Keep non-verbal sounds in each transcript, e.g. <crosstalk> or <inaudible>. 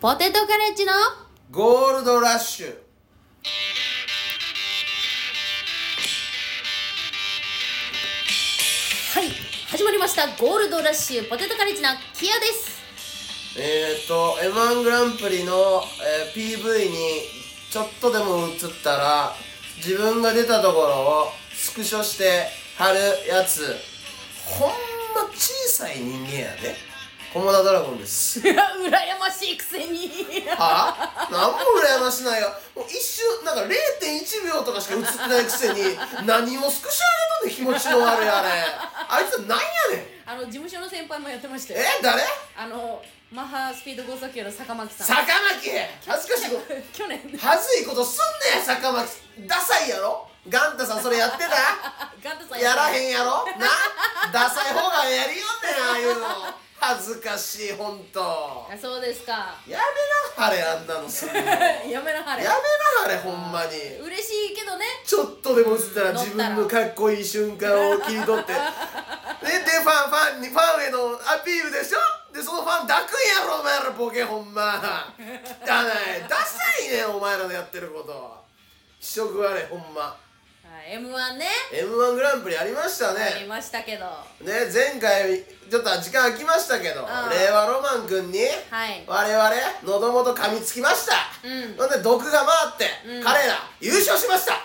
ポテトカレッジのゴールドラッシュはい始まりましたゴールドラッシュポテトカレッジのキアですえっ、ー、と m 1グランプリの、えー PV にちょっとでも映ったら自分が出たところをスクショして貼るやつほんま小さい人間やで駒田ドラゴンですうら <laughs> 羨ましいくせにはあ何も羨ましないよもう一瞬なんか0.1秒とかしか映ってないくせに何をスクショ上げとんねん気持ちの悪いあれあいつなんやねんあの事務所の先輩もやってましたよえ誰あのマッハスピード豪速球の坂巻さん坂巻恥ずかしいこと去年恥ずいことすんねん坂巻ダサいやろガンタさんそれやってた <laughs> あガンタさんやらへんんやろなダサい方がやりよんねんああいうの恥ずかしいほんとあそうですかやめなはれあんなのすんのやめ <laughs> なやめなはれはれほんまに嬉しいけどねちょっとでも映ったら自分のかっこいい瞬間を切り <laughs> 取ってででファンファンにファンへのアピールでしょでそのファン抱くんやろお前らボケほんま汚いダサいねお前らのやってること気色悪いほんまはい m 1ね m 1グランプリありましたありねましたけどね前回ちょっと時間空きましたけどん令和ロマン君にはい我々喉元噛みつきました、うんなんで毒が回って、うん彼ら優勝しました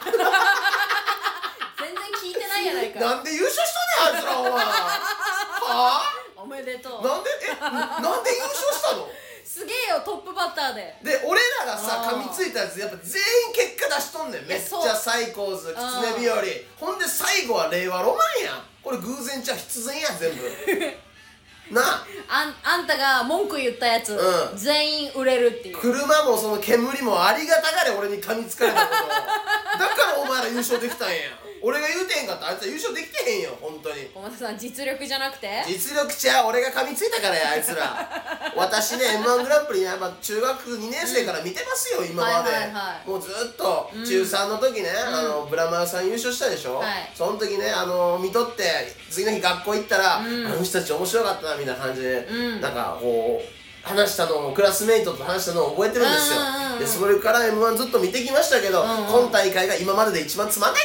全然聞いてないや <laughs> ないかなんで優勝したねんあいつらお前はおめでとあうなんでえなんで優勝したのすげえよトップバッターでで俺らがさあー噛みついたやつやっぱ全員結果出しとんねんいやめっちそうゃ最高図狐日和ほんで最後は令和ロマンやんこれ偶然ちゃう必然やん全部 <laughs> なああんあんたが文句言ったやつ、うん全員売れるっていう車もその煙もありがたがれ俺に噛みつかれたことだからお前ら優勝できたんや俺が言うてへんかったらあいつら優勝できてへんよ本当に小松さん実力じゃなくて実力ちゃう俺が噛みついたからやあいつら私ね m 1グランプリねやっぱ中学2年生から見てますよ、今まで、はいはいはいもうずっと中3の時ね、あのブラマヨさん優勝したでしょ、はいその時ねあの見とって次の日学校行ったら、うんあの人たち面白かったなみたいな感じで、うんなんかこう話したのをクラスメイトと話したのを覚えてるんですよ、うんうんうんでそれから m 1ずっと見てきましたけど、んうん今大会が今までで一番つまんない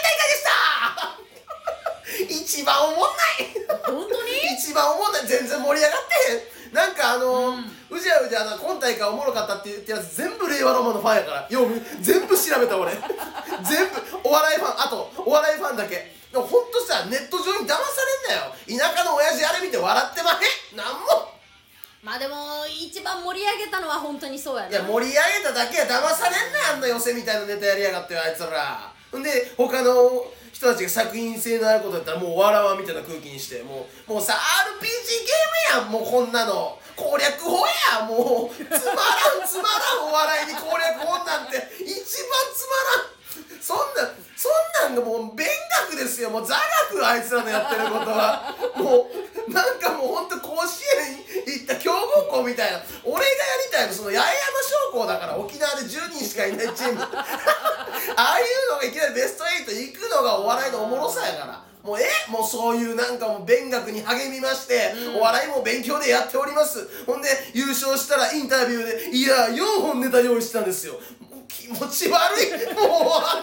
大会でした <laughs> 一番おもんない本当に一番おもんない全然盛り上がってへんなんかあのーうじゃうじゃな今大会おもろかったって言ってるやつ全部令和ロマンのファンやからよう全部調べた俺 <laughs> 全部お笑いファンあとお笑いファンだけでもほんとさネット上に騙されんなよ田舎の親父あれ見て笑ってまへんなんもまあでも一番盛り上げたのは本当にそうやないや盛り上げただけや騙されんなよあんな寄せみたいなネタやりやがってよあいつらんで他の人たちが作品性のあることやったらもう笑わんみたいな空気にしてもうもうさ RPG ゲームやんもうこんなの攻略法やもうつまらんつまらんお笑いに攻略法なんて一番つまらんそんなそんなんがもう勉学ですよもう座学あいつらのやってることはもうなんかもうほんと甲子園行った強豪校みたいな俺がやりたいのその八重山商工だから沖縄で10人しかいないチームああいうのがいきなりベスト8行くのがお笑いのおもろさやからもうえもうそういうなんかもう勉学に励みまして、お笑いも勉強でやっておりますほんで優勝したらインタビューでいや4本ネタ用意したんですよもう気持ち悪いもうあの何や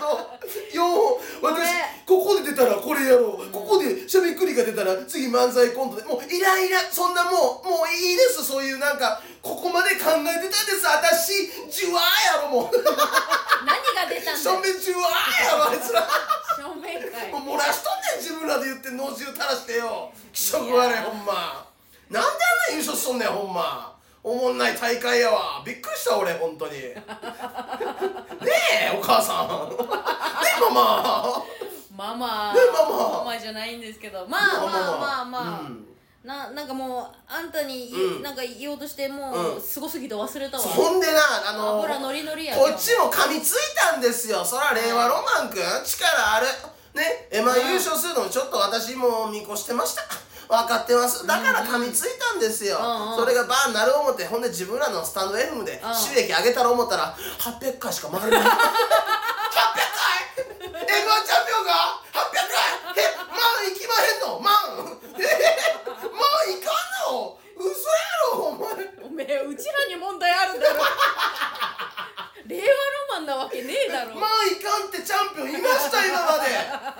の4本私ここで出たらこれやろうここでしゃべくりが出たら次漫才コントでもうイライラそんなもうもういいですそういうなんかここまで考えてたんです私ジュワーやろもう何が出たんだ正よ面ジュワーやろあいつら正面会もう漏らしとんねん自分らで言って脳汁垂らしてよ気色悪いほんまなんであんな優勝しとんねんほんまおもんない大会やわびっくりした俺ほんとにねえお母さんねえママまあまあねまあまあまあじゃないんですけどまあまあまあまあ、うんななんかもうあんたに言,、うんなんか言おうとしてもう、うんすごすぎて忘れたわほんでなあの油ノリノリやこっちも噛みついたんですよそら令和ロマンくん力あるねえまあうん優勝するのもちょっと私も見越してました <laughs> 分かってますだから噛みついたんですよ、うんうんそれがバーンなる思ってほんで自分らのスタンド FM でうん収益上げたら思ったら800回しか回れない <laughs> 800回 m 1チャンピオンが800回え万いきまへんの万え万いかんの嘘やろお前お前めえうちらに問題あるだ <laughs> ろ令和ロマンなわけねえだろまあいかんってチャンピオンいました今まで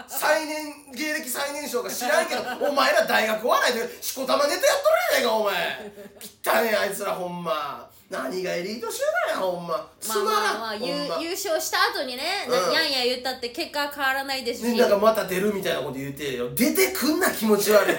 最年芸歴最年少か知らんけどお前ら大学お笑いでしこたまネタやっとるやないかお前きったねあいつらほんま何がエリート集団やほんまつまあままあらん、まあ、ほゆんま優勝した後にね、うんやんや言ったって結果は変わらないですし、みんながまた出るみたいなこと言ってよ出てくんな気持ち悪い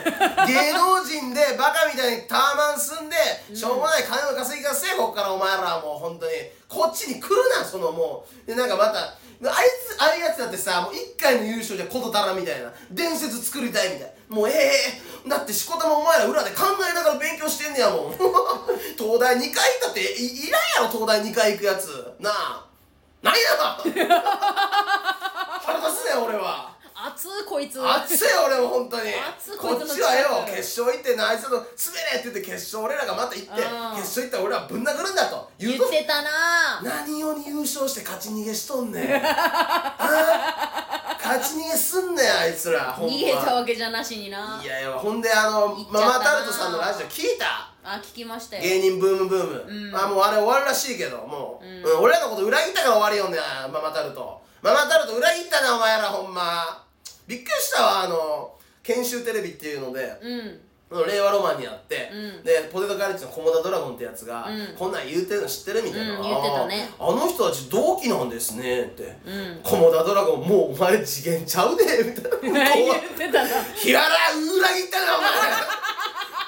芸能人でバカみたいにタワマン住んでしょうもない金を稼ぎがせえこっからお前らはもう本当にこっちに来るなそのもうでなんかまたあいつああいうやつだってさもう一回の優勝じゃことだらみたいな伝説作りたいみたいなもうええだってしこたまお前ら裏で考えながら勉強してんねやもん <laughs> 東大2回行ったっていいらんやろ東大2回行くやつなあ何やな腹立つね俺は熱いこいつ熱い俺も本当に熱いここいつのっちはよ力決勝行ってなあいつの「滑れ!」って言って決勝俺らがまた行ってうん決勝行ったら俺はぶん殴るんだと言言っうとてたな何より優勝して勝ち逃げしとん <laughs> ねんあ勝ち逃げすんねんあいつらほんま逃げたわけじゃなしにないやいやほんであの行っちゃったマなマタルトさんのラジオ聞いたあ聞きましたよ芸人ブームブーム、あもうあれ終わるらしいけどもう、うん俺らのこと裏切ったから終わりよねママタルトママタルト裏切ったなお前らほんまびっくりしたわあの研修テレビっていうので、うん令和ロマンにあって、うんでポテトカレッジの菰田ドラゴンってやつが、うんこんなん言うてるの知ってるみたいな、うん言ってたねあーあの人たち同期なんですねって、うん菰田ドラゴンもうお前次元ちゃうでみたいな <laughs> 言って <laughs> たな平原裏切ったなお前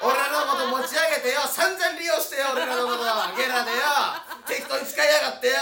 俺のこと持ち上げてよ散々利用してよ俺らのことゲラでよ適当に使いやがってよ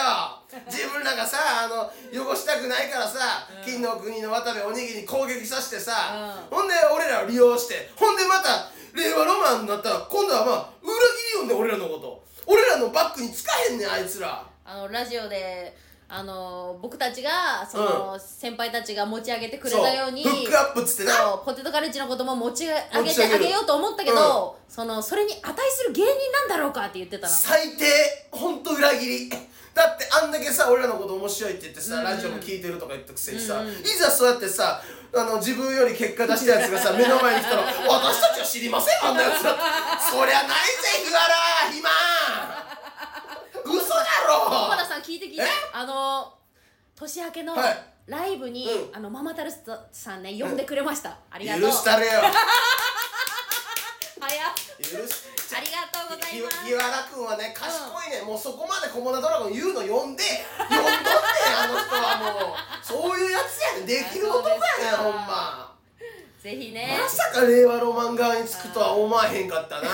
自分らがさあの汚したくないからさ、金の国の渡部おにぎりに攻撃させてさ、ほんで俺らを利用してほんでまた令和ロマンになったら今度はまあ裏切りよんで俺らのこと俺らのバックに使えへんねんあいつらあのラジオであの僕たちがその、先輩たちが持ち上げてくれたようにそうフックアップっつってなそうポテトカレッジのことも持ち上げ持ち上てげるあげようと思ったけど、そのそれに値する芸人なんだろうかって言ってたな最低ほんと裏切りだってあんだけさ俺らのこと面白いって言ってさ、ラジオも聞いてるとか言ったくせにさ、いざそうやってさあの自分より結果出したやつがさ目の前に来たら「私たちは知りませんあんなやつだって」そりゃないぜ日原暇嘘だ小原ろさん聞いて聞いてえあの年明けのはいライブに、うあのママタルトさんね呼んでくれました、ありがとう許したれよ早っ許しありがとうございますひ原君はね賢いね、もうそこまでコモダドラゴン言うの呼んで呼んどんねんあの人はもうそういうやつやねんできる男やねんほんま。ぜひねまさか令和ロマン側につくとは思わへん <laughs> かったな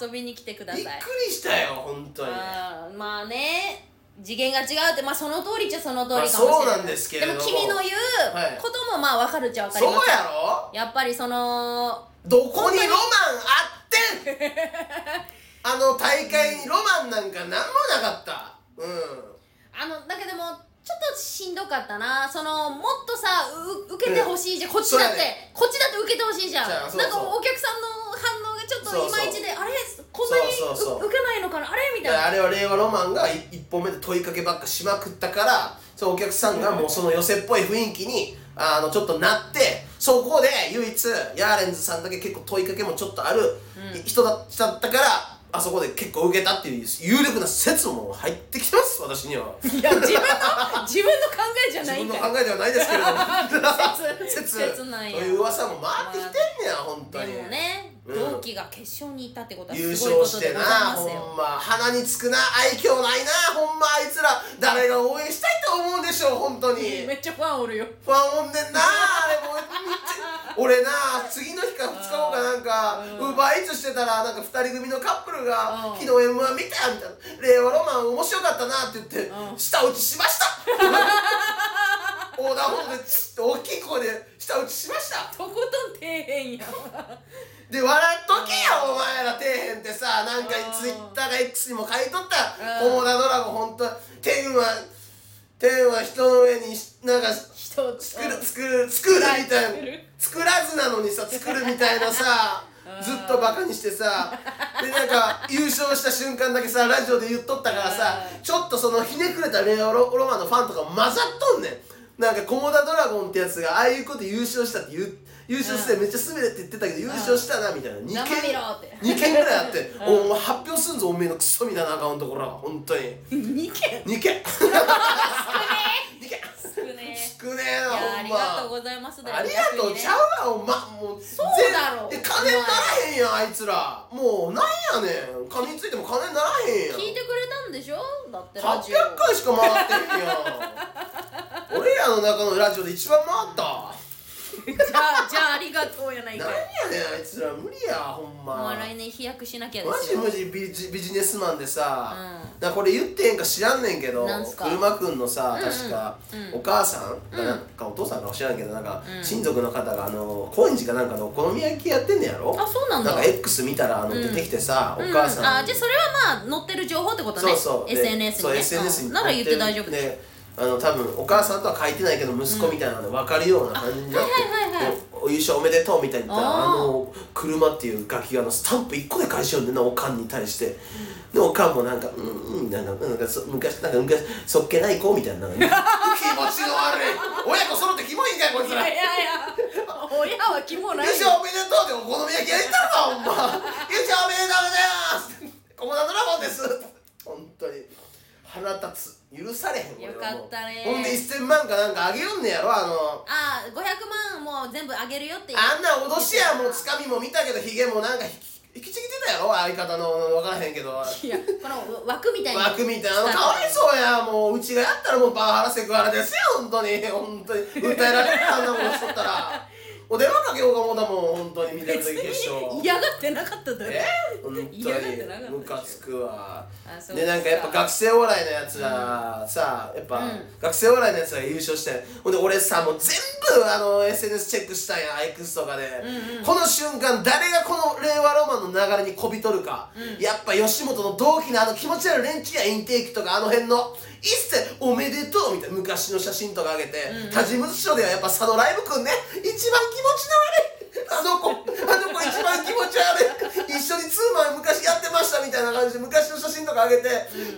遊びに来てくだびっくさいりしたよ本当にあーまあね次元が違うってまあその通りっちゃその通りかもしれない、まあそうなんですけれどもでも君の言はいうこともまあ分かるっちゃ分かりそうますやろやっぱりそのどこにロマンあってんあの大会にロマンなんかなんもなかったうんあのだけどもちょっとしんどかったなそのもっとさう受けてほしいじゃんこっちだっそうやて、ねこっちだって受けてほしいじゃんじゃあそうそうなんかお客さんの反応がちょっそとういそうまいちであれこんなにうそうそうそう受けないのかなあれみただいからなあれは令和ロマンがい一本目で問いかけばっかしまくったからそうお客さんがもうその寄せっぽい雰囲気にあのちょっとなってそこで唯一ヤーレンズさんだけ結構問いかけもちょっとある人だったから、あそこで結構受けたっていう有力な説も入ってきてます私には。いや自分の自分の考えじゃ自ないん分のだ考よえではないですけれ <laughs> ども説説説なんやそういう噂も回ってきてんねや本当でにもね、うん同期が決勝に行ったってことは優すごいこ勝とでしてござないますほよんま鼻につくな愛嬌ないなほんまあいつら誰が応援したいと思うんでしょう本当にめっちゃファンおるよ不安おんでんなあれもうめっちゃ俺な次の日か2日後かなんかウーバーイーツしてたらなんか2人組のカップルうがん「昨日 m 1見た」みたいな「令和ロマン面白かったな」って言ってうん「舌打ちしま <laughs> した! 」横断歩道でちょっと大きい声で舌打ちしましたとことん底辺やで笑っとけよお前ら底辺ってさなんかツイッターが X にも書いとったうんコモダドラゴンほんと天は天は人の上にしなんか人を作る作る作るみた作いなる作らずなのにさ作るみたいなさずっとバカにしてさでなんか優勝した瞬間だけさラジオで言っとったからさうちょっとそのひねくれたレオロロマンのファンとかも混ざっとんねんなんか駒田ドラゴンってやつがああいうこと優勝したって言う優勝してうんめっちゃ滑れって言ってたけど優勝したなみたいな2生見ろって、件2件ぐらいあっておお前発表すんぞおめえのクソみたいなアカウントこら本当に2件2件2件少ねえ少いねえなやあほんりがとうまございますありがとうちゃううわお前もうそうだろう金にならへんやんあいつらもうなんやねん金についても金にならへんやん聞いてくれたんでしょだってラ800ジオ回しか回ってん <laughs> やん俺らの中のラジオで一番回ったじゃあじゃあありがとうやないなかんいやねんあいつら無理やほんもまう来年飛躍しなきゃでマすジよマジビジビジネスマンでさ、うだからこれ言ってへんか知らんねんけどなんすか車くんのさうんうん確か、うんお母さんうかんなんか、お父さんかも知らんけどなんか、うん親族の方があの高円寺かなんかのお好み焼きやってんねやろあそうなんだか X 見たらあのうん出てきてさ、お母さんう、あじゃあそれはまあ載ってる情報ってことねそうそうで SNS にそうね SNS にうんなら言って大丈夫ですであの多分お母さんとは書いてないけど息子みたいなの分かるような感じになってあはいはいはいはいでお優勝おめでとうみたいに言ったらああーの車っていう楽器があのスタンプ1個で返しようんでなおかんに対してでおかんもなんかうんうんなんかなんかそ昔なんか昔そっけない子みたいななんか気持ちが悪い親子揃ってキモいんかいこいつらいや親は気もない優よ勝おめでとうでお好み焼きやりたのほんま優勝おめでとうございますコモダドラゴンです本当に腹立つ許されへん俺はよもうかったねほんで1000万かなんかあげるんねやろあのあー500万もう全部あげるよってあんな脅しやもうつかみも見たけどヒゲもなんか引き引きちぎってたやろ相方の分からへんけどいやこの枠みたいな枠みたいなのかわいそうやもううちがやったらもうパワハラセクハラですよ本当に本当に訴えられるあんなもんしとったらお電話かけようかもだもん本当に見てる時決勝嫌がってなかっただろえ本当嫌がってなかったでしにょムカつくわあそうでなんかやっぱ学生お笑いのやつらさやっぱ学生お笑いのやつが優勝してほんで俺さもう全部あの SNS チェックしたんやアイクスとかでこの瞬間誰がこの令和ロマンの流れにこびとるかやっぱ吉本の同期のあの気持ち悪い連中やインテーキとかあの辺の一切おめでとうみたいな昔の写真とか上げて他事務所ではやっぱ佐野ライブくんね一番気持ちの悪いあの子あの子一番気持ち悪い一緒にツーマン昔やってましたみたいな感じで昔の写真とか上げて、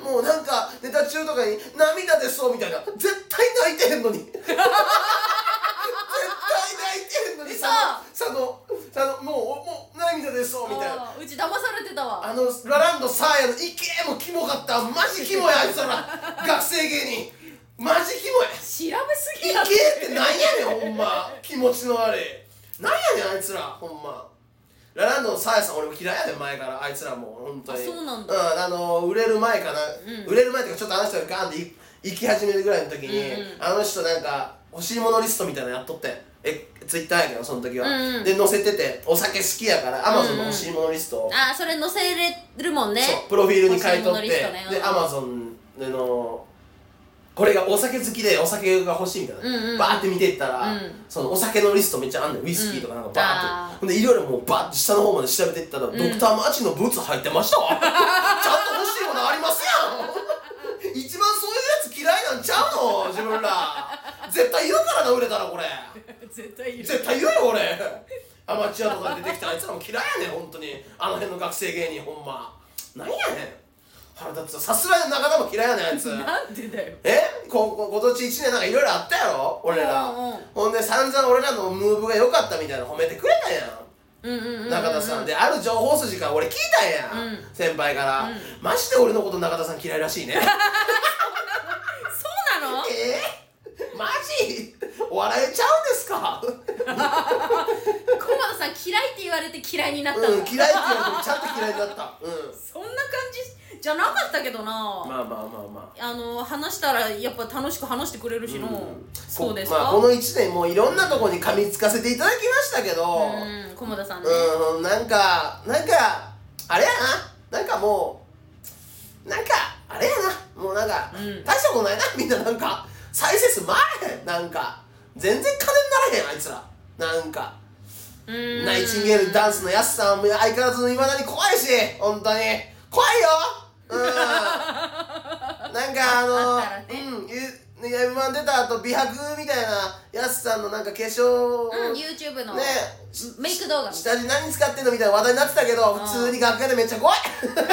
もうなんかネタ中とかに「涙でそう」みたいな絶対泣いてへんのに絶対泣いてへんのに嘘佐野佐野もうおもう涙でそうみたいなあーうち騙されてたわあのラランドサーヤのイケもキモかったマジキモやあいつら学生芸人マジキモや調べすぎイやろケってなんやねんほんま気持ちの悪いなんやねんあいつらほんまラランドのサーヤさん俺も嫌いやで前からあいつらもう本当にあそうなんだだ、うん、あの売れる前かな、うん売れる前とかちょっとあの人がガンってい行き始めるぐらいの時に、うんうんあの人なんか欲しいものリストみたいなのやっとってんえツイッターやけどその時は、うんうんで載せててお酒好きやからアマゾンの欲しいものリストを、あーそれ載せれるもんねそうプロフィールに書い欲しいとっものてリストねでうんアマゾンのこれがお酒好きでお酒が欲しいみたいな、うんうんバーって見ていったら、うんそのお酒のリストめっちゃあんのよウイスキーとかなんかバーっあーて、ほんでいろいろもうバーって下の方まで調べていったら、ドクターマーチンのブーツ入ってま <laughs> したわちゃんと欲しいものありますやん一番そういうやつ嫌いなんちゃうの自分ら絶対言うからな売れたらこれ絶対いる絶対言うよ俺アマチュアとかで出てきたあいつらも嫌いやねん本当にあの辺の学生芸人ほんまなんやねん腹立つさすがの仲間も嫌いやねんあいつなんでだよえここ今年1年なんかいろいろあったやろ俺ら、うんうんほんで散々俺らのムーブが良かったみたいな褒めてくれたやんうんうんうんうん中田さんである情報筋から俺聞いたんや、うん先輩から、うんマジで俺のこと中田さん嫌いら <laughs> しいねそうなのえー、マジお笑いちゃうんですか駒田さん嫌いって言われて嫌いになったうだ、ん嫌いって言われてもちゃんと嫌いになったうんそんな感じじゃなかったけどな、まあまあまあまあ。あの話したらやっぱ楽しく話してくれるしの、そうですか、まあ、この1年もういろんなとこに噛みつかせていただきましたけど、うん駒田さんね、うん、なんか、なんか、あれやな、なんかもう、なんか、あれやな、もうなんか、うん大したことないな、みんななんか、再生数回れへん、なんか、全然金にならへん、あいつら。なんか、うーんナイチンゲールダンスのやすさんも相変わらずいまだに怖いし、本当に。怖いよ <laughs> うん。なんかあのあったらねうん、ゆね M1 出た後美白みたいなやすさんのなんか化粧、うんね YouTube <laughs> のメイク動画みたい下地何使ってんのみたいな話題になってたけどん <laughs> 普通に楽屋でめっちゃ怖い <laughs> ない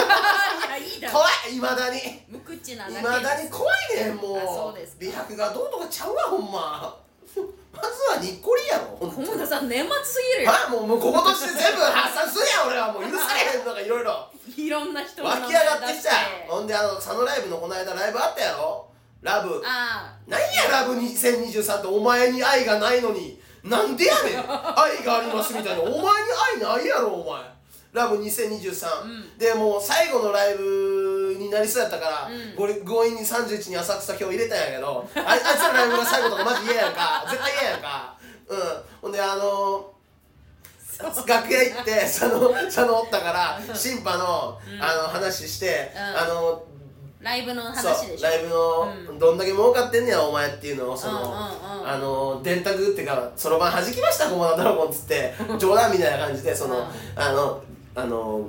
やいいだろ怖いいまだに無口ッチなだいけまだに怖いねんもうあそうですか美白がどうとかちゃうわほんま <laughs> まずはにっこりやろほんと小村さん年末すぎるよ <laughs> あもうもうこことして全部発散するやん俺はもう許されへんのがいろいろいろんな人の湧名前き上がって出きしたほんであの佐野ライブのこの間ライブあったやろラブあなんやラブ2023ってお前に愛がないのになんでやねん愛がありますみたいなお前に愛ないやろお前ラブ2023、でもう最後のライブになりそうやったから、うんごり強引に31に浅草今日入れたんやけどああいつらのライブが最後とかマジ嫌やんか絶対嫌やんかうんほんであの楽屋行って佐 <laughs> 野佐野おったから審判の,、あの話して、うんあのーライブの話そでうしょライブうのどんだけ儲かってんねやお前っていうのをその、うんうんうんあの電卓っていうかそろばん弾きましたコモダドラゴンっつ <laughs> って冗談みたいな感じでその、うんあのあの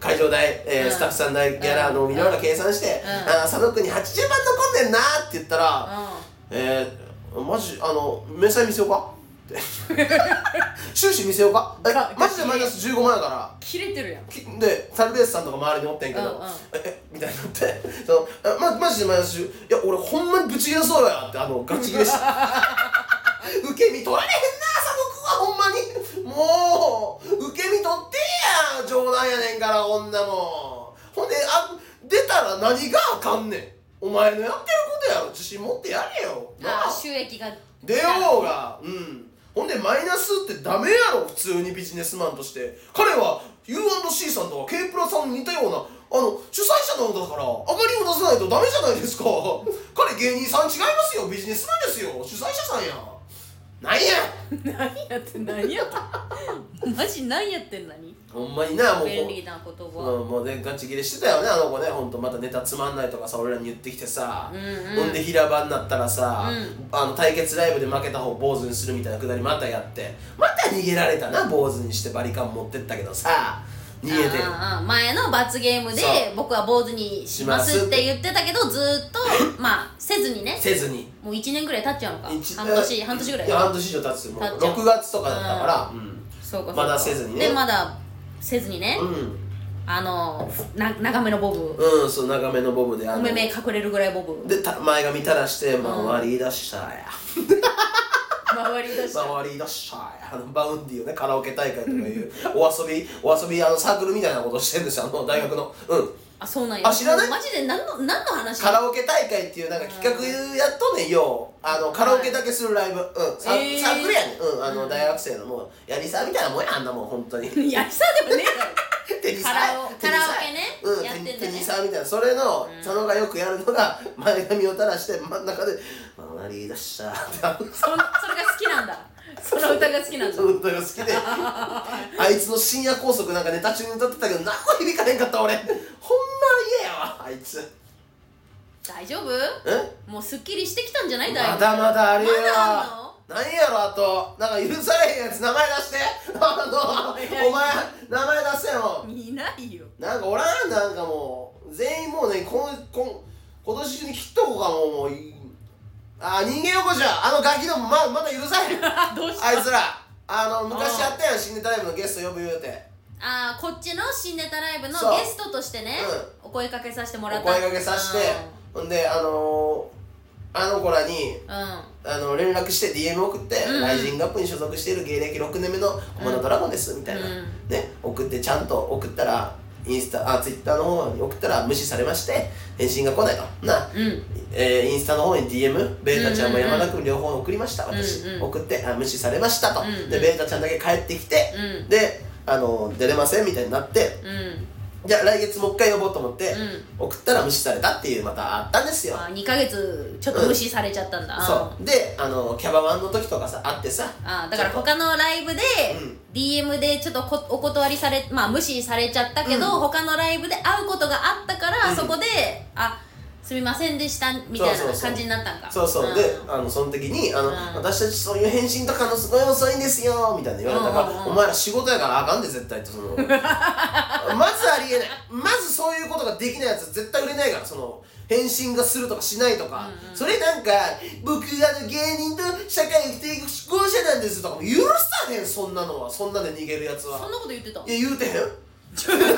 会場代、えーうんスタッフさん代ギャラの見ながら計算して「うんあー佐野君に80万残んねんな」って言ったら「えー、マジあの明細見せようか?」って <laughs> 収支見せようかえマジでマイナス15万やからうん切れてるやんきでサルベースさんとか周りにおってんけど、うんうんええみたいになって <laughs> そのえまマジでマジでいや俺ほんまにぶち切れそうやってあのガ <laughs> チ切れした受け身取られへんな佐野君はほんまにもう受け身取ってや冗談やねんからこんなもんほんであ出たら何があかんねんお前のやってることやろ自信持ってやれよあなあー収益が出ようがうんほんでマイナスってダメやろ普通にビジネスマンとして彼は U&C さんとか K プラさんに似たようなあの主催者なのだから上がりを出さないとダメじゃないですか <laughs> 彼芸人さん違いますよビジネスマンですよ主催者さんやなんや何やってん何やってんマジ何やってん何ほんまになもう便利な言う葉んもうねガチ切れしてたよねあの子ねほんとまたネタつまんないとかさ俺らに言ってきてさ、うんうんほんで平場になったらさ、うんあの対決ライブで負けた方を坊主にするみたいなくだりまたやってまた逃げられたな坊主にしてバリカン持ってったけどさ逃げあてーあー前の罰ゲームでそう僕は坊主にしましますすっってて言ってたけどずーっと <laughs> まあせずにねせずにもう1年ぐらい経っちゃうのか半一年半年ぐらいや半年以上経つもう経っちゃう6月とかだったからうんそうかそうかまだせずにねでまだせずにねうあのな長めのボブん、うん、そう長めのボブであおの目目隠れるぐらいボブでた前髪垂らして回り出したや、周りだし回りだっしゃいあのバウンディをねカラオケ大会とかいうお遊びお遊びあのサークルみたいなことしてるんですよあの大学のうんあそうなんやあ知らないマジで何の何の話カラオケ大会っていうなんか企画やっとんねんよあのカラオケだけするライブうんサ,、えーサークルやねんうんあの大学生のもうやりさみたいなもんやあんなもん <laughs> 本当にいや久でもねえだろテニサカラオテニサカラオケねうんやってんだよねテニテニサみたいなそれの佐野がよくやるのが前髪を垂らして真ん中で「回りだっしゃー」ってそのそれが好きなんだその歌が好きなんだそう歌が好き <laughs> であいつの深夜拘束なんかネタ中に歌ってたけど何も響かへんかった俺ほんま嫌やわあいつ大丈夫えもうすっきりしてきたんじゃないま大だまだあれやまだあんの何やろあとなんか許されへんやつ名前出して <laughs> あのお前名前出せよいないよ <laughs> なんかおらんなんかもう全員もうねこんこん今年中に切っとこうかもうもういあ人間横じゃあのガキどもままだ許さへんあどうしいつらあの昔やったやん新ネタライブのゲスト呼ぶ言うてああこっちの新ネタライブのそうゲストとしてね、お声かけさせてもらっおた声掛けさせてほんであのー、あの子らにうん、うんあの連絡して DM 送って「うんうんライジングアップに所属している芸歴6年目のコマドドラゴンです」みたいな、うんね送ってちゃんと送ったらインスタあツイッターの方に送ったら無視されまして返信が来ないとな、うんえーインスタの方に DM ベータちゃんも山田君両方送りました私、うんうん送ってあ無視されましたと、うんうんでベータちゃんだけ帰ってきて、うんであの出れませんみたいになって、うんじゃあ来月もう一回呼ぼうと思って、う送ったら無視されたっていうまたあったんですよあ2ヶ月ちょっと無視されちゃったんだ、そうであのキャバワンの時とかさ会ってさあーだからちょっと他のライブでうん DM でちょっとこお断りされまあ無視されちゃったけど、他のライブで会うことがあったから、そこで「あすみませんでした」みたいそうそうなそう感じになったんかそうそう、んであのその時にあの、うん私たちそういう返信とかのすごい遅いんですよ」みたいな言われたから、うんうんうんお前ら仕事やからあかんで絶対」ってそ <laughs> のまずありえないまずそういうことができないやつは絶対売れないからその返信がするとかしないとか、それなんか「僕あの芸人と社会生きていく志向者なんです」とかも許さねんそんなのはそんなんで逃げるやつはそんなこと言ってたいや言うてへん少ないよ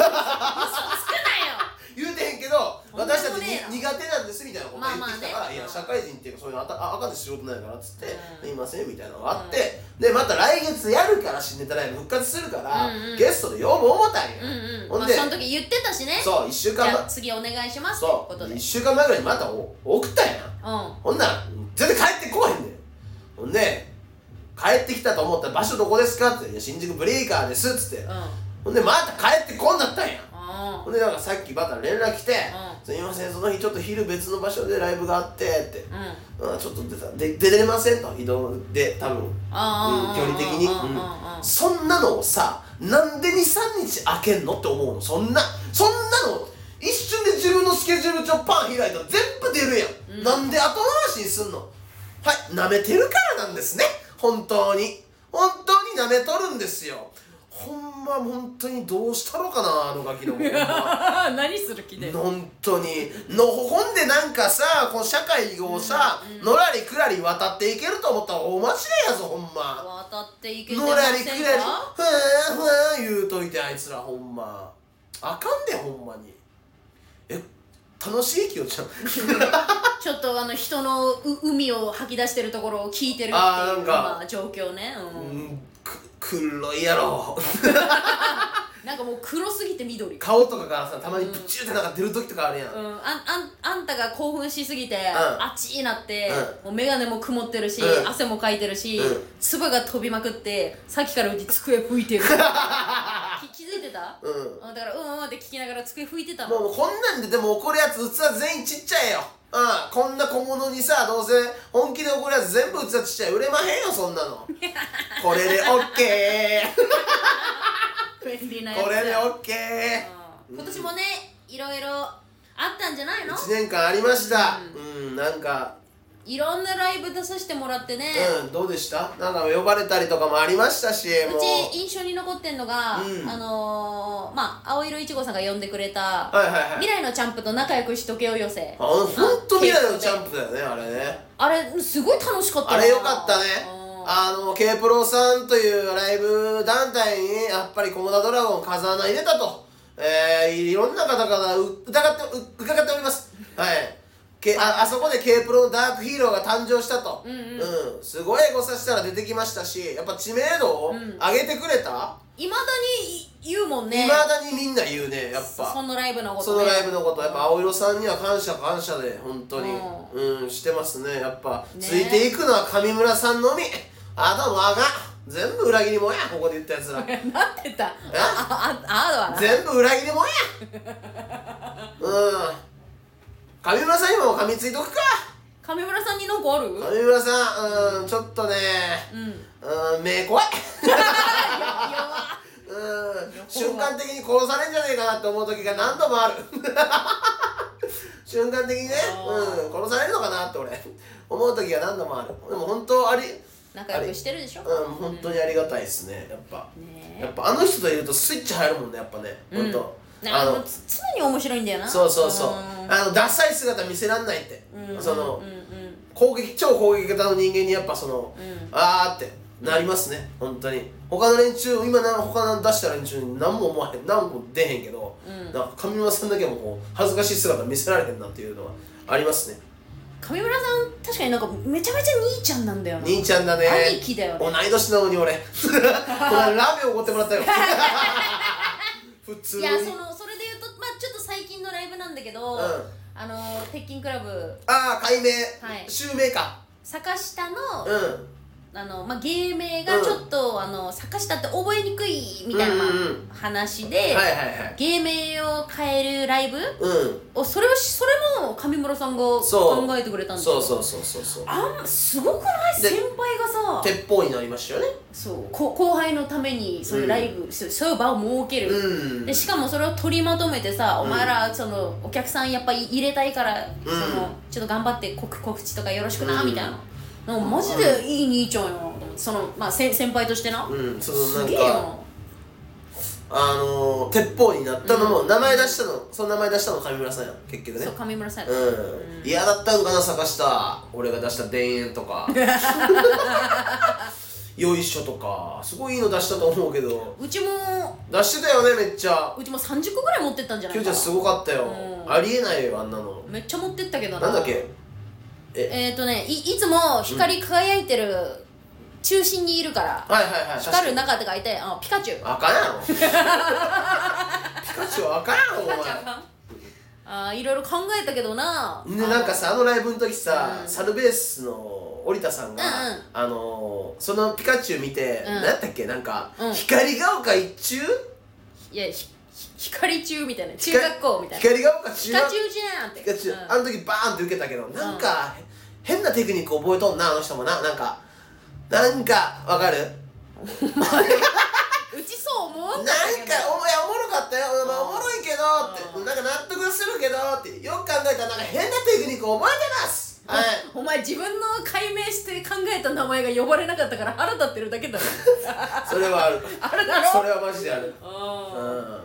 言うてへんけどとんでも私たちねえなにたいなことまあ言まっあてねきたから、いや社会人っていうかそういうのあたあ赤で仕事ないからっつってう「んいません」みたいなのがあって、でまた来月やるから新ネタライブ復活するから、うんうんゲストで呼ぼう思ったんや、うんうんほまんあで、その時言ってたしねじそう1週間ゃあ前次お願いしますってそことうでう一ん週間前ぐらいにまたお送ったんやほんなら全然帰ってこへんねんほんで帰ってきたと思ったら場所どこですかって「いや新宿ブレイカーです」っつって、うんほんでまた帰ってこんだったんやあほんでなんかさっきまた連絡来て「うんすいませんその日ちょっと昼別の場所でライブがあって」ってーうん「うんちょっと出たで出れません」と移動で多分、うん、あー距離的に、あーうあーあーん、そんなのをさなんで23日空けんのって思うのそんなそんなの一瞬で自分のスケジュール帳パン開いたら全部出るやん、うんなんで後回しにすんのはいなめてるからなんですね本当に本当になめとるんですよほんま本当にどうしたろかなあのガキの <laughs> 子ほんま <laughs> 何する気で本当にのほんでなんかさこう社会をさ、のらりくらり渡っていけると思ったら大間違いやぞほんま渡っていけてまのらりくせらりんふわかふわ言うといてあいつらほんまあかんでほんまにえ楽しいきよちゃんちょっとあの人のう海を吐き出してるところを聞いてるっていうあーなんかまあ状況ね、ううんんく黒いやろなんかもう黒すぎて緑顔とかからさたまにプチューってなんか出る時とかあるやん、うん、あんあんあんたが興奮しすぎて、あっちいなって、もう眼鏡も曇ってるし、うん汗もかいてるし、うん唾が飛びまくってさっきからうち机拭 <laughs> いてるき気づいてた、うんあだからうんうんって聞きながら机拭いてたもんもうこんなんででも怒るやつ器全員ちっちゃいようん、こんな小物にさどうせ本気で怒るやつ全部器ちっちゃい売れまへんよそんなのこれでオッ <laughs> ケ便利なやーつこれでうんオッケー今年もねいろいろあったんじゃないの1年間ありましたうん、なんかいろんなライブ出させてもらってね、うんどうでしたなんか呼ばれたりとかもありましたしうもうち印象に残ってんのが、うんあのー、まあ青色いちごさんが呼んでくれた、はいはいはい未来のチャンプと仲良くしとけよ寄せあほんと未来のチャンプだよねあれねあれすごい楽しかったあれよかったねああの k プロさんというライブ団体にやっぱりコモダドラゴン風穴入れたと、えー、いろんな方からう疑ってう伺っておりますはいけああそこで k プロのダークヒーローが誕生したと、うんうんうんすごいエゴサしたら出てきましたしやっぱ知名度をうん上げてくれたいまだに言うもんいねま、未だにみんな言うねやっぱそのライブのことそねのライブのことや <laughs> っぱ青色さんには感謝感謝で本当にううん、してますねやっぱ、ねついていくのは上村さんのみあとは我が全部裏切り者やここで言ったやつらなってたああああだわ全部裏切り <laughs> 者やうん上村さんにも噛みついとくか上村さんになんかある上村さんうんちょっとねうんうん目怖いあうん瞬間的に殺されんじゃねえかなって思う時が何度もある <laughs> 瞬間的にね、あーうん、殺されるのかなって俺思う時が何度もあるでも本当あり仲良くしてるでしょうん本当にありがたいですねやっぱ、ねやっぱあの人といるとスイッチ入るもんねやっぱね本当、なんあかものうつ常に面白いんだよなそうそうそううんあのダサい姿見せらんないって、うんその、うんうん攻撃超攻撃型の人間にやっぱその、うんあーってなりますね本当に他の連中今な他の出した連中に何も思わへん何も出へんけど、うんなんか上村さんだけはもう恥ずかしい姿見せられへんなっていうのはありますね上村さん確かになんかめちゃめちゃ兄ちゃんなんだよな兄ちゃんだね兄貴だよね同い年なのに俺この間ラーメンおごっても <laughs> らったよ普通いにやそのそれで言うとまあちょっと最近のライブなんだけど、うんあの鉄筋クラブああ解明、はい襲名か坂下の、うんあのまあ、芸名がちょっと、あの坂下って覚えにくいみたいな、うんうん話で、はいはいはい芸名を変えるライブうんをそれをそれも上村さんがそう考えてくれたんですそようそうそうそうそうあんすごくないで先輩がさ鉄砲になりましたよねそうこ後輩のためにそういうライブ、そうそういう場を設ける、うんでしかもそれを取りまとめてさ、お前らそのお客さんやっぱり入れたいから、うんそのちょっと頑張って告告知とかよろしくな、うんみたいななんかマジでいい兄ちゃんよなと思ってその、まあ、せ先輩としてな、うんそのなすんげえかよあのー、鉄砲になったのも、名前出したのその名前出したの上村さんやん結局な、ねそう上村さんや、うん <laughs> 嫌だったんかな探した俺が出した田園とかよいしょとかすごいいいの出したと思うけどうちも出してたよねめっちゃうちも30個ぐらい持ってったんじゃなきょいうちゃかんすごかったようんありえないよあんなのめっちゃ持ってったけどななんだっけええっ、ー、とねいいつも光り輝いてる中心にいるから、はいはいはい光るな中って書いてあピカチュウあかんやろ <laughs> ピカチュウあかんやろお前 <laughs> あーいろいろ考えたけどなでなんかさあのライブの時さ、うんサルベースの織田さんが、うんうんあのーそのピカチュウ見て、うんなんやったっけなんか、うん光が丘一中いやひひ光中みたいな中学校みたいな光が丘中ピカ学チュウじゃんってピカチュウ、うんあの時バーンって受けたけどなんか、変なテクニック覚えとんなあの人もななんかなんかわかるうちそう思わなんんかったけどお前おもろかったよ、まあ、おもろいけどってうんなんか納得するけどってよく考えたらなんか変なテクニック覚えてます <laughs> はいお前自分の解明して考えた名前が呼ばれなかったから腹立ってるだけ <laughs> だろそれはあるあれだろそれはマジであるうん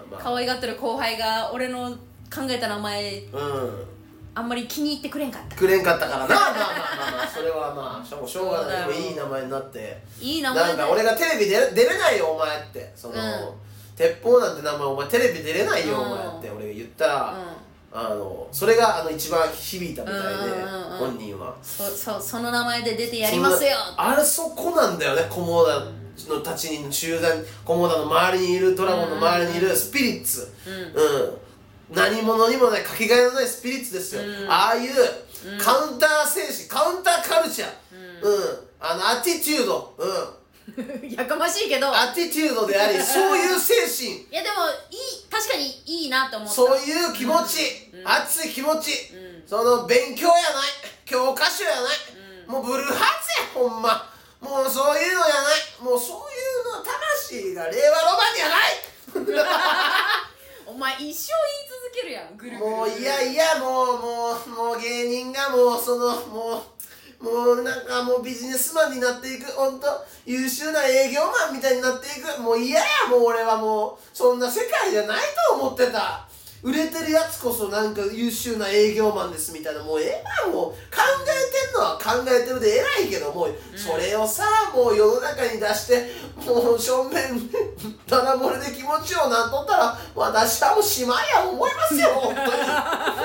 まあ可愛がってる後輩が俺の考えた名前うんあんまり気に入ってくれんかったくれんかったからなまあまあまあまあそれはまあしょうしょうがそないうだよでもいい名前になっていい名前だなんよか俺がテレビ出れ出れないよお前ってその、うん鉄砲なんて名前お前テレビ出れないよ、うんお前って俺が言ったら、うんあのそれがあの一番響いたみたいで、うんうんうん本人はそそその名前で出てやりますよそんなあれそこなんだよね菰田のたちに集団菰田の周りにいるドラゴンの周りにいるスピリッツうん、何者にもないかけがえのないスピリッツですよ、ああいうカウンター精神カウンターカルチャーうん、あのアティチュードうん <laughs> やかましいけどいアティチュードであ <laughs> りそういう精神やでもいい確かにいいなと思ったそういう気持ち、熱い気持ち、その勉強やない教科書やない、もうブルーハーツやほんまもうそういうのやないもうそういうの魂が令和ロマンやないお前一生言い続けるやんぐるぐる <laughs> もういやいやもうもうもう芸人がもうそのもうもうなんかもうビジネスマンになっていく本当優秀な営業マンみたいになっていくもう嫌やもう俺はもうそんな世界じゃないと思ってた売れてるやつこそなんか優秀な営業マンですみたいなもうええわもう考えてんのは考えてるで偉いけどもうそれをさもう世の中に出してもう正面 <laughs> ただ漏れで気持ちをなんとったら私はもうしまいや思いますよ本当に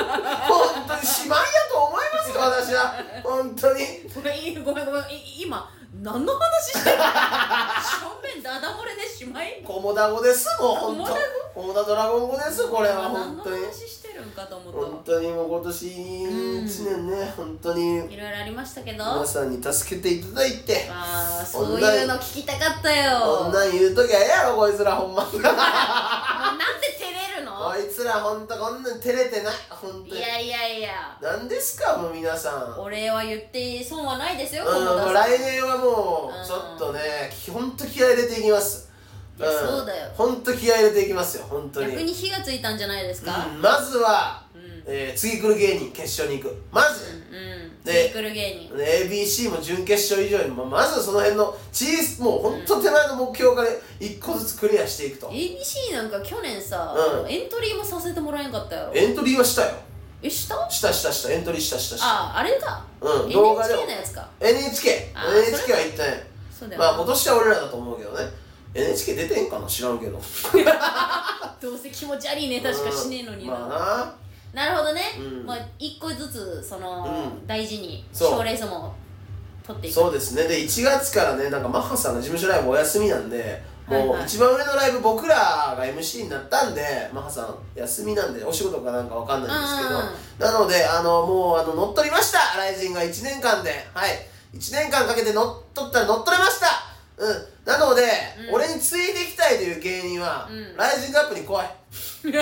本当にしまいやと思いますよ私は本当にごめんいいごめんごめんい今何の話してるの <laughs> 正面ダダ漏れでしまいコモダ語ですもうコ本モダ当コモダドラゴン語ですこれは本当何にの話してるんかと思った本わ当にもう今年1年ね本当にいろいろありましたけど皆さんに助けていただいてあーそういうの聞きたかったよこんもうなん言うときゃええやろこいつらほ <laughs> んまなんで照れるのこいつらほんとこんなん照れてないほんといにやいやいや何ですかもう皆さんお礼は言って損はないですよ、うん友も達う来年はもうんうちょっとねほんと気合い入れていきますいやそうだよほんと気合い入れていきますよほんとに逆に火がついたんじゃないですかうんまずは、うんえー次来る芸人決勝に行くまず、うんでシンクル芸人 ABC も準決勝以上にもまずその辺の小さもうほんと手前の目標から一個ずつクリアしていくと ABC なんか去年さ、うんエントリーもさせてもらえんかったよエントリーはしたよえしたしたしたしたエントリーしたしたしたああれか、うん NHK 動画でものやつか NHK あー NHK は行ったねそうだよ、まあ今年は俺らだと思うけどね NHK 出てんかな知らんけどどうせ気持ち悪いネタしかしねえのにな、うんまなるほどね、うんまあ一個ずつその、うん大事にそう賞レースも取っあてないくそうですねで1月からねなんかマッハさんの事務所ライブお休みなんでもはいうはい一番上のライブ僕らが MC になったんでマッハさん休みなんでお仕事かなんかわかんないんですけど、うんうんなのであのもうあの乗っ取りましたライジンが1年間ではい1年間かけて乗っ取ったら乗っ取れましたうんなので、うん俺についていきたいという芸人は、うんライジングアップに来い <laughs>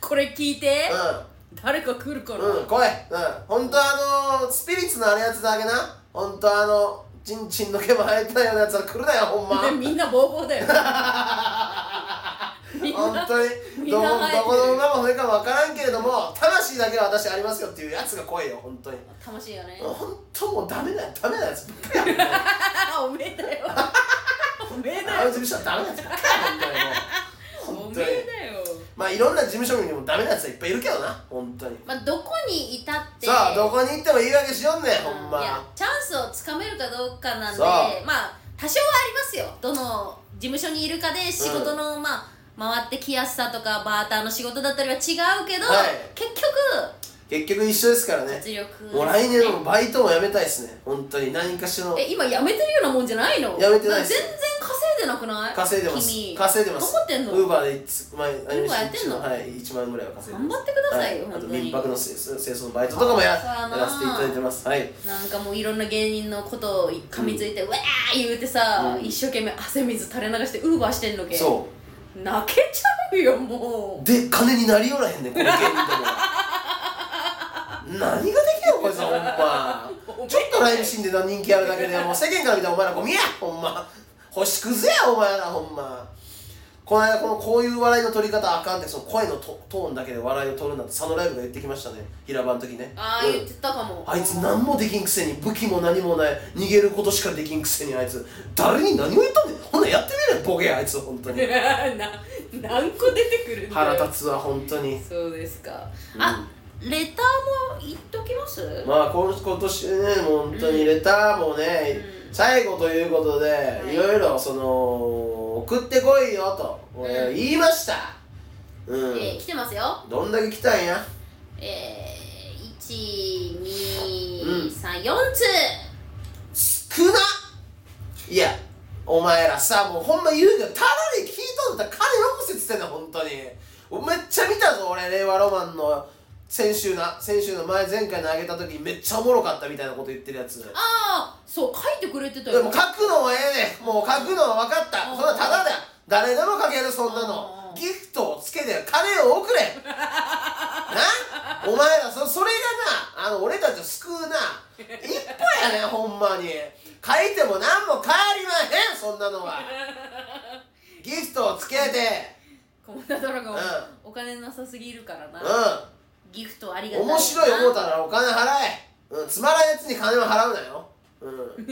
これ聞いて、うん誰か来るから、うん、来い。うん。本当あのー、スピリッツのあれやつだけな。本当あの、ちんちんの毛も生えてないようなやつは来るなよ、ほんま。みんなボーボーだよ <laughs> みん <laughs> 本な当みにんどなこ生えてるどこの馬も骨かもわからんけれども魂だけは私ありますよっていうやつが来いよ本当に魂よね <laughs> 本当もうダメだよダメなやつばっかりやもうおめえだよ <laughs> おめえあだのよ事務所はダメなやつばっかりやもおう本め当えにだよまあいろんな事務所にもダメなやつはいっぱいいるけどな本当にまあどこにいたってさあどこに行っても言い訳しよんねんほんいやまチャンスをつかめるかどうかなんでそうまあ多少はありますよどの事務所にいるかで仕事の、まあ回ってきやすさとかバーターの仕事だったりは違うけど、はい結局結局一緒ですからね実力もう来年もバイトも辞めたいですね本当に何かしらのえ今辞めてるようなもんじゃないの辞めてないっす全然稼いでなくない稼いでます君稼いでます頑張ってんのウーバーでいつ毎毎日 Uber やってんの一万はい1万円ぐらいは稼いで頑ます張ってくださいよ、は本あと当に民泊の清清掃のバイトとかもやそうややならせていただいてますはいなんかもういろんな芸人のことを噛みついて、うわー言うてさ、うん一生懸命汗水垂れ流してウーバーしてんのけそう泣けちゃうよもうで金になりよらへんねんこの芸人どもは何ができるこいつはほんまごめんちょっとライブシーンで人気あるだ <laughs> けでもう世間から見たらお前らゴミやほんま星屑やお前らほんまこの間このこういう笑いの取り方あかんってその声のトトーンだけで笑いを取るなんて佐野ライブが言ってきましたね平場の時ねうああうん言ってたかも、あいつ何もできんくせに武器も何もない逃げることしかできんくせにあいつ誰に何を言ったんねんほんなんやってみれボケあいつ本当に <laughs> な何個出てくるんだよ腹立つわ本当にそうですか、あレターも言っときます、まあ今今年ねもう本当にレターもね、う最後ということで、いい、ろいろその送ってこいよと俺うん言いましたうん、えー来てますよどんだけ来たんやえー、うん1234通、少ないやお前らさもうほんま言うけどただで聞いとんだったら金よこせっつってんだ本当にめっちゃ見たぞ俺令和ロマンの先週な先週の前前回のあげた時にめっちゃおもろかったみたいなこと言ってるやつああそう書いてくれてたでよも書くのはええねんもう書くのは分かったうんそれはただだ誰でも書けるそんなうのんギフトをつけて金を <laughs> 送れなお前らそそれがなあの俺たちを救うな一歩やねんほんまに書いても何も変わりまへんそんな <laughs> のはギフトをつけて駒田ドラゴン、うんお金なさすぎるからな、うギフトありがんたいな面白い思うたらお金払え、うん、つまらんやつに金は払うなようん、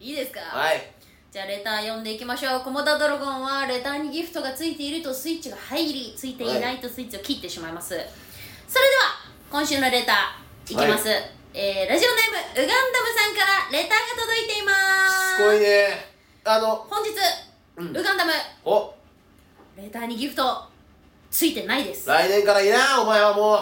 いいですか、はいじゃあレター読んでいきましょう駒田ドラゴンはレターにギフトがついているとスイッチが入りついていないとスイッチを切ってしまいます、それでは今週のレターいきます、えーラジオネームウガンダムさんからレターが届いていましすつこいねあの本日、うんウガンダムおレターにギフトついてないです来年からいいなお前はもう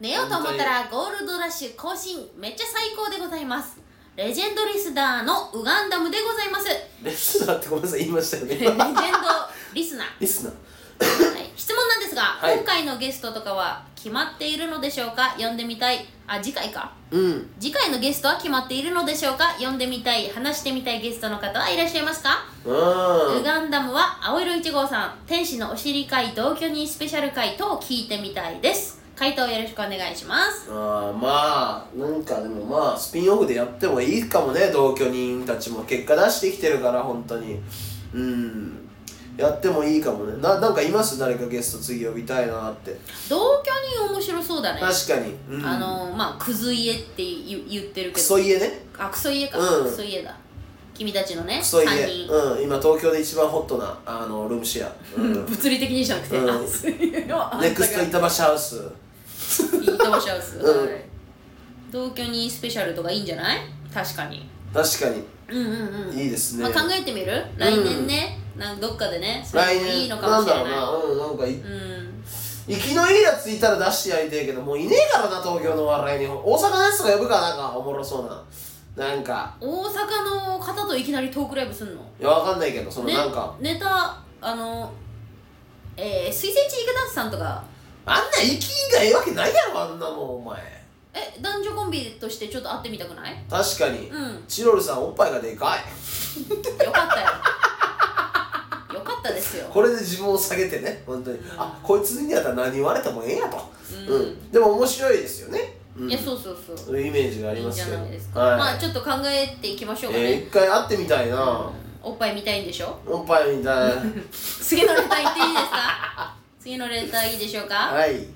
寝ようと思ったらゴールドラッシュ更新めっちゃ最高でございますレジェンドリスダーのウガンダムでござい <laughs> ますレスナーってごめんなさい言いましたよ <laughs> レジェンドねリスナーリスナーはい質問なんですが、い今回のゲストとかは決まっているのでしょうか読んでみたいあ次回かうん次回のゲストは決まっているのでしょうか読んでみたい話してみたいゲストの方はいらっしゃいますか、ウうんガンダムは青色1号さん天使のお尻会同居人スペシャル会等を聞いてみたいです回答よろしくお願いしますあーまあなんかでもまあスピンオフでやってもいいかもね同居人たちも結果出してきてるから本当にうんやってもいいかもねななんかいます誰かゲスト次呼びたいなって同居人面白そうだね確かに、うん、あのまあクズ家って言言ってるけどクソ家ねあクソ家か、うんクソ家だ君たちのねクソ家三人、うん今東京で一番ホットなあのルームシェア、うん、物理的にじゃなくて、うんあそういう <laughs> の <laughs> はあんたがネクスト板橋ハウスいいともしゃうっす、うんはい同居にスペシャルとかいいんじゃない確かに確かにうんうんうんいいですね、まあ、考えてみる来年ね、なんかどっかでねそれ来も年いいのかもしれないんだろうなうんなんかいうん生きのいいやついたら出してやりてえけどもういねえからな東京の笑いに大阪のやつとか呼ぶからなんかおもろそうななんか大阪の方といきなりトークライブすんのいやわかんないけどそのなんか、ネタあのえー、水星地イグダンスさんとかあんな生きがええわけないやろあんなもんお前え男女コンビとしてちょっと会ってみたくない確かに、うんチロルさんおっぱいがでかいよか <laughs> ったよよかったですよこれで自分を下げてね本当に、んあこいつにやったら何言われてもええやとうんでも面白いですよね、うん、いやそうそうそうそういうイメージがありいいんまじゃすけどないですか、はい、まあちょっと考えていきましょうかえーね、一回会ってみたいな、おっぱい見たいんでしょおっぱいみた <laughs> い次のレター行っていいです <laughs> か次のレターいいでしょうかはい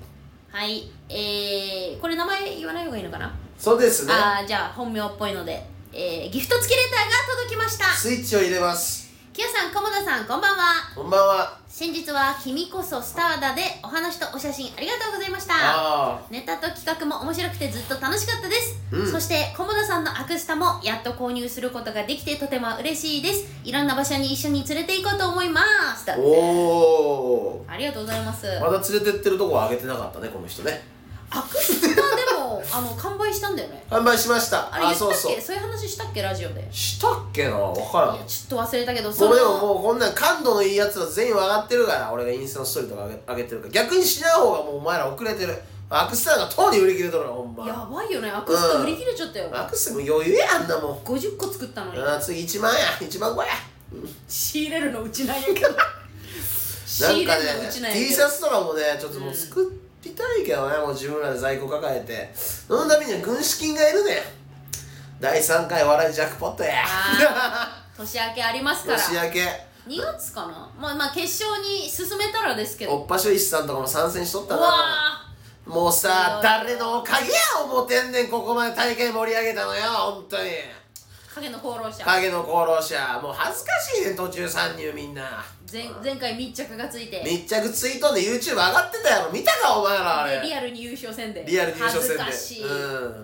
はいえー、これ名前言わない方がいいのかな、そうですねああじゃあ本名っぽいので、えー、ギフト付きレターが届きましたスイッチを入れますキヨさん、コモダさん、こんばんは。こんばんは先日は君こそスターだでお話とお写真ありがとうございました。あネタと企画も面白くてずっと楽しかったです。うんそして、コモダさんのアクスタもやっと購入することができてとても嬉しいです。いろんな場所に一緒に連れて行こうと思います。だあおおありがとうございます。まだ連れてってるとこは上げてなかったねこの人ねアクスタでも、 <laughs> あの、完売したんだよね。販売しましたあれ言ったっそうけそそうういう話したっけラジオで。いや、したっけな分からんちょっと忘れたけど、これでものもうこんなん感度のいいやつは全員上がってるから俺がインスタのストーリーとか上げ上げてるから逆にしない方がもうお前ら遅れてるアクスターがとうに売り切れとるのほんやまばいよねアクスタ売り切れちゃったよ、アクスタも余裕やあんなもん50個作ったのにあー次1万や1万5や仕入れるのうちなんやけど仕な入んれかるのねうちなんや T けシどャツとかもねちょっともう作りたいけどね、もう自分らで在庫抱えてそのためには軍資金がいるね第3回笑いジャックポットやあ年明けあります <laughs> から年2明け月かなまあまあ決勝に進めたらですけどおっぱしょいしさんとかも参戦しとっうたわなもうさ誰のおかげや思てんねんここまで大会盛り上げたのよ本当にー影の功労者影の功労者もう恥ずかしいねん途中参入みんな前前回密着がついて密着ツイートで YouTube 上がってたやろ見たかお前らあれでリアルに優勝戦でリアル優勝戦で恥ずかしい、う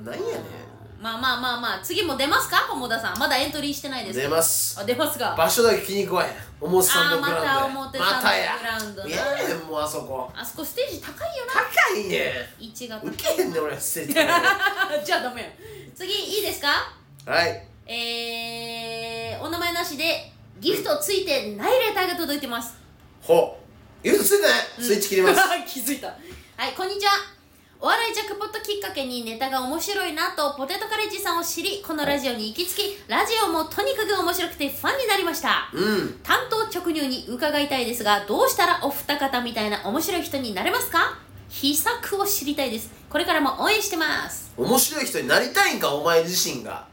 ん何やねまあまあまあまあ次も出ますか菰田さんまだエントリーしてないでんす出ますあ出ますが場所だけ気に食わへん表参道グラウンドやあーまた表参道またやグラウンドなやねんもうあそこあそこステージ高いよな高いね1がん高いウケへんねん俺ステージじゃあダメや次いいですかはいえー、お名前なしでギフトついてないレターが届いてますほう言うとついてない、スイッチ切ります <laughs> 気づいたはいこんにちはお笑いジャックポットきっかけにネタが面白いなとポテトカレッジさんを知りこのラジオに行き着きラジオもとにかく面白くてファンになりましたうん担当直入に伺いたいですがどうしたらお二方みたいな面白い人になれますか秘策を知りたいですこれからも応援してます面白い人になりたいんかお前自身が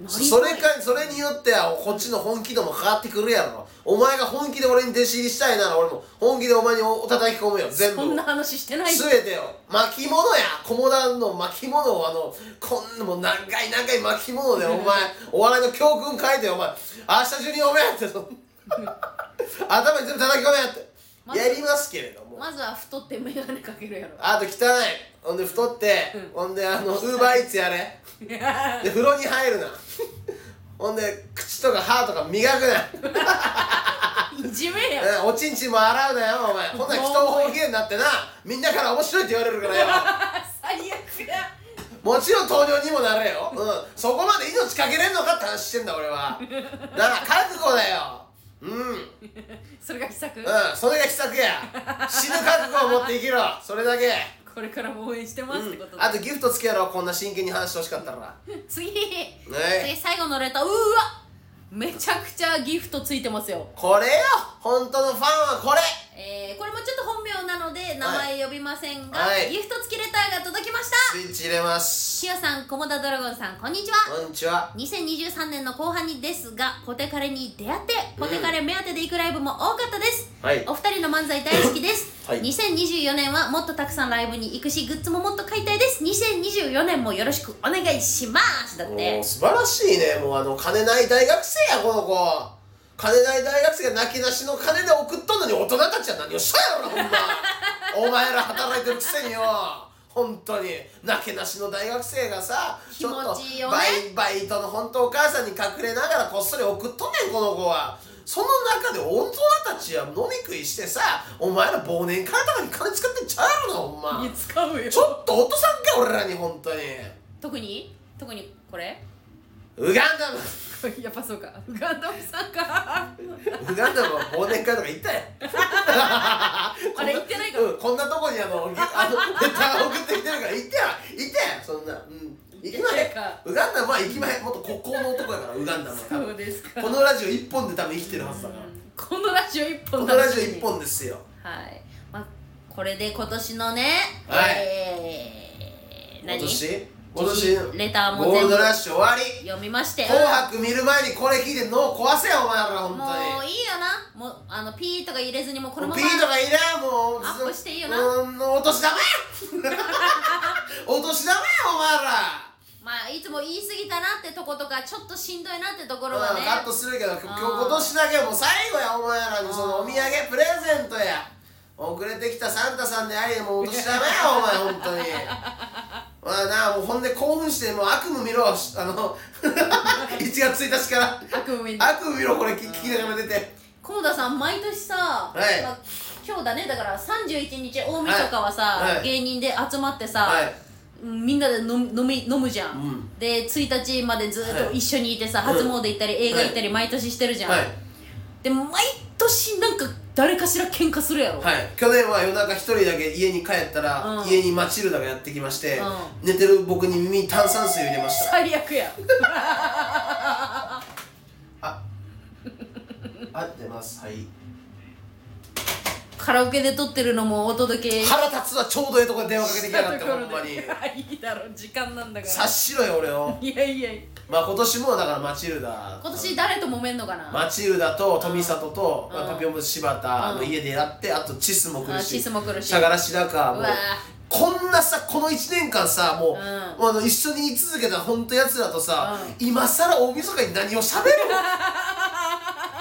ノリそっぽそいれかそれによってはこっちの本気度も変わってくるやろお前が本気で俺に弟子入りしたいなら俺も本気でお前にお叩き込むよ全部そんな話してないすべてを巻物や菰田の巻物をあのこんなもう長い長い巻 <laughs> 物でお前お笑いの教訓書いてお前明日中におめえって <laughs> その頭に全部叩き込めやって、まずやりますけれども、まずは太ってメガネかけるやろあと汚いほんで太って、うんほんであのウーバーイーツやれ <laughs> で風呂に入るなほんで口とか歯とか磨くな <laughs> いじめやえおちんちんも洗うなよお前ほんなら人を方言になってなみんなから面白いって言われるからよ <laughs> 最悪やもちろん糖尿にもなれよ、うん、そこまで命かけれんのかって話してんだ俺はだから覚悟だようん、うん、それが秘策それが秘策や死ぬ覚悟を持って生きろそれだけ、これからも応援してまうすってんこと、であとギフトつけろこんな真剣に話してほしかったら次次ね最後のレターうーわめちゃくちゃギフトついてますよこれよ本当のファンはこれえー、これもちょっと本名なので名前呼びませんが、はいギフト付きレターが届きましたスイッチ入れますしおさん、こもだドラゴンさん、こんにちはこんにちは2023年の後半にですがポテカレに出会ってポテカレ目当てで行くライブも多かったです、はいお二人の漫才大好きです、 <coughs> はい2024年はもっとたくさんライブに行くしグッズももっと買いたいです2024年もよろしくお願いしますだっもてう素晴らしいねもうあの金ない大学生やこの子金ない大学生が泣きなしの金で送っとんのに大人たちは何をしたんやろな <laughs> ほんまお前ら働いてるくせによ本当に泣けなしの大学生がさ気持ちいいよねバイバイトの本当お母さんに隠れながらこっそり送っとんねんこの子はその中で大人たちは飲み食いしてさお前ら忘年会とかに金使ってんちゃうやろなほんま使うよちょっと落とさんか俺らに本当に特に特にこれウガンダム <laughs> やっぱそうかウガンダムさん <laughs> かウガンダムは忘年会とか行ったやん <laughs> あれ行ってないかうん、こんなとこにあのぎあのネタ送ってきてるから行ってや行ってやそんなうん行きま行ってなへいかんウガンダムは行きまへんもっと孤高の男やからウガンダムは多分ですかこのラジオ一本で多分生きてるはずだからこのラジオ一こ本のだラジオ一本ですよはい、まあ、これで今年のね、はいえー、今何年今自年費レターもゴー全ル部ドラッシュ終わり読みまして紅白見る前にこれ聞いて脳壊せよお前ら本も当うにいいよなもうあのピーとか入れずにもうこのままピーとかいらんもうアップしていいよなうんお年玉や <laughs> お年玉やお前らまあいつも言い過ぎたなってとことかちょっとしんどいなってところはまねあカットするけど今日今年だけはもう最後やお前らにそのお土産プレゼントや遅れてきたサンタさんでありもうお年玉やお前本当にまあなあもうほんで興奮してもう悪夢見ろしあの <laughs> 1月1日から <laughs> 悪夢に悪夢見ろこれ聞聞きながら出て菰田さん毎年さ、はいまあ今日だねだから31日大晦日はさ、はいはい芸人で集まってさ、はいうんみんなで飲む飲み飲むじゃん、うんで1日までずっと一緒にいてさ、はい初詣行ったり映画行ったり毎年してるじゃん、はいでも毎年なんか誰かしら喧嘩するやろ、はい、去年は夜中一人だけ家に帰ったら、うん家にマチルダがやってきまして、う寝てる僕に耳に炭酸水を入れました最悪 <laughs> や <laughs> あ合ってますはいカラオケで撮ってるのもお届け腹立つはちょうどええとこで電話かけてきやがってとこほろん <laughs> まにでいいだろ時間なんだか察らしろよ <laughs> 俺をいやいやまあ今年もだからマチルダ今年誰と揉めんのかな、マチルダと富里と、うんまあパピオム柴田の家でやって、あとチスも来るあしチスも来るしシャガラシダカうもわこんなさこの1年間さもう、うんあの一緒に居続けた本当やつらとさ、う今さら大晦日に何をしゃべる <laughs>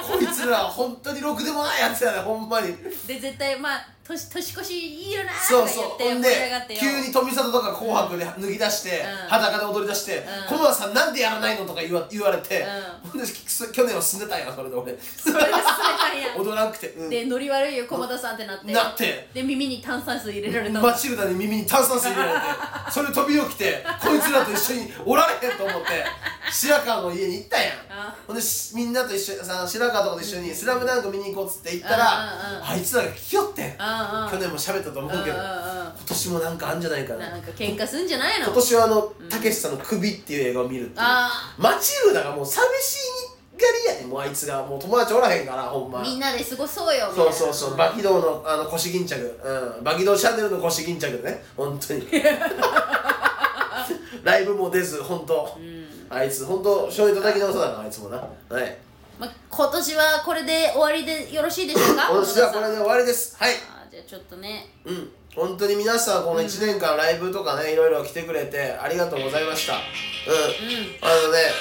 のこいつら本当にろくでもないやつやねほんまにで絶対まあ年年越しいいよなーそうとかそうほ言んっでて盛り上がってよ急に富里とか紅白で脱ぎ出して、うん裸で踊り出して「うん小、野、さんなんでやらないの?」とか言わ言われて、うんほんでそ去年はすねたんやそれで俺それで進めたんや <laughs> 踊らんくて、うんでノリ悪いよ駒田さんってなってなってで耳に炭酸水入れられたのマチルダに耳に炭酸水入れられてそれ飛び起きてこいつらと一緒におられへんと思って白川の家に行ったやんあほんでしみんなと一緒にさ白川とかと一緒に「スラムダンク見に行こうっつって行ったらうんうんうんあいつらが来よってん去ああ年も喋ったと思うけど今あ年もなんかあんじゃないかななんか喧嘩すんじゃないの今年はあのたけしさんの「首」っていう映画を見るっていうあマチルダがもう寂しいがりやねんもうあいつがもう友達おらへんからほんまみんなで過ごそうよみたいそうなそうそう、バキドーのあの腰巾着、うん、バキドーチャンネルの腰巾着ね、本当に。ライブも出ず、本当。あいつ、本当、醤油叩き直さだな、あいつもな。はい。まあ、今年はこれで終わりでよろしいでしょうか <laughs> 今年はこ小野れ田で終わりです。はい。さんあーじゃあちょっとね <laughs> うん。本当に皆さん、この1年間ライブとかね、いろいろ来てくれて、ありがとうございました。うん。あのね、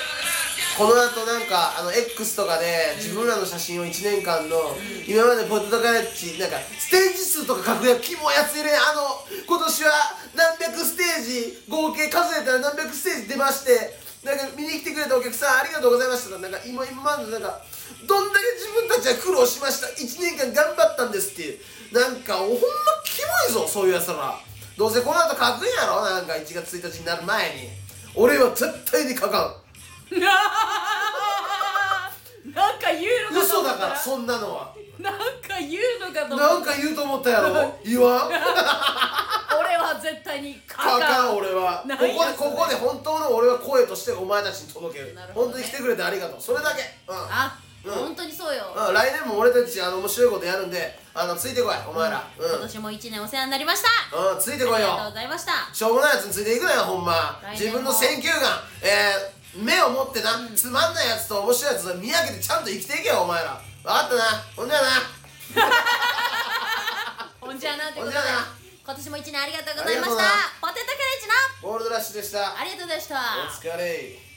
この後なんか、あの、X とかで、自分らの写真を1年間の、今までポテトカレッジ、なんか、ステージ数とか確約、キモいやついるねあの、今年は何百ステージ、合計数えたら何百ステージ出まして、なんか見に来てくれたお客さんありがとうございましたなんか今今までなんかどんだけ自分たちは苦労しました1年間頑張ったんですっていうなんかほんまキモいぞそういうやつらどうせこの後書くんやろなんか1月1日になる前に俺は絶対に書かなんか言うんのかと嘘思だっかたらそんなのはなんか言うのかとな思んっか言うと思ったやろ言わんた俺は絶対に書あかんん俺はこなこんでやそれここで本当の俺は声としてお前たちに届けるなるほどね本当に来てくれてありがとうそれだけうんあ、うん本当にそうよ、うん、来年も俺たちあの面白いことやるんであのついてこいお前らうん、今年も一年お世話になりましたうんついてこあいりよがとうございましたしょうもないやつについていくなよほんま来年も自分の選球眼えー、目を持ってな、つまんないやつと面白いやつを見分けてちゃんと生きていけよお前ら分かったなほんじゃなほんじゃあなってことでほんじゃあな今年も一年ありがとうございまありがしとうたなポテトカレッジのゴールドラッシュでしたありがとうございましたお疲れ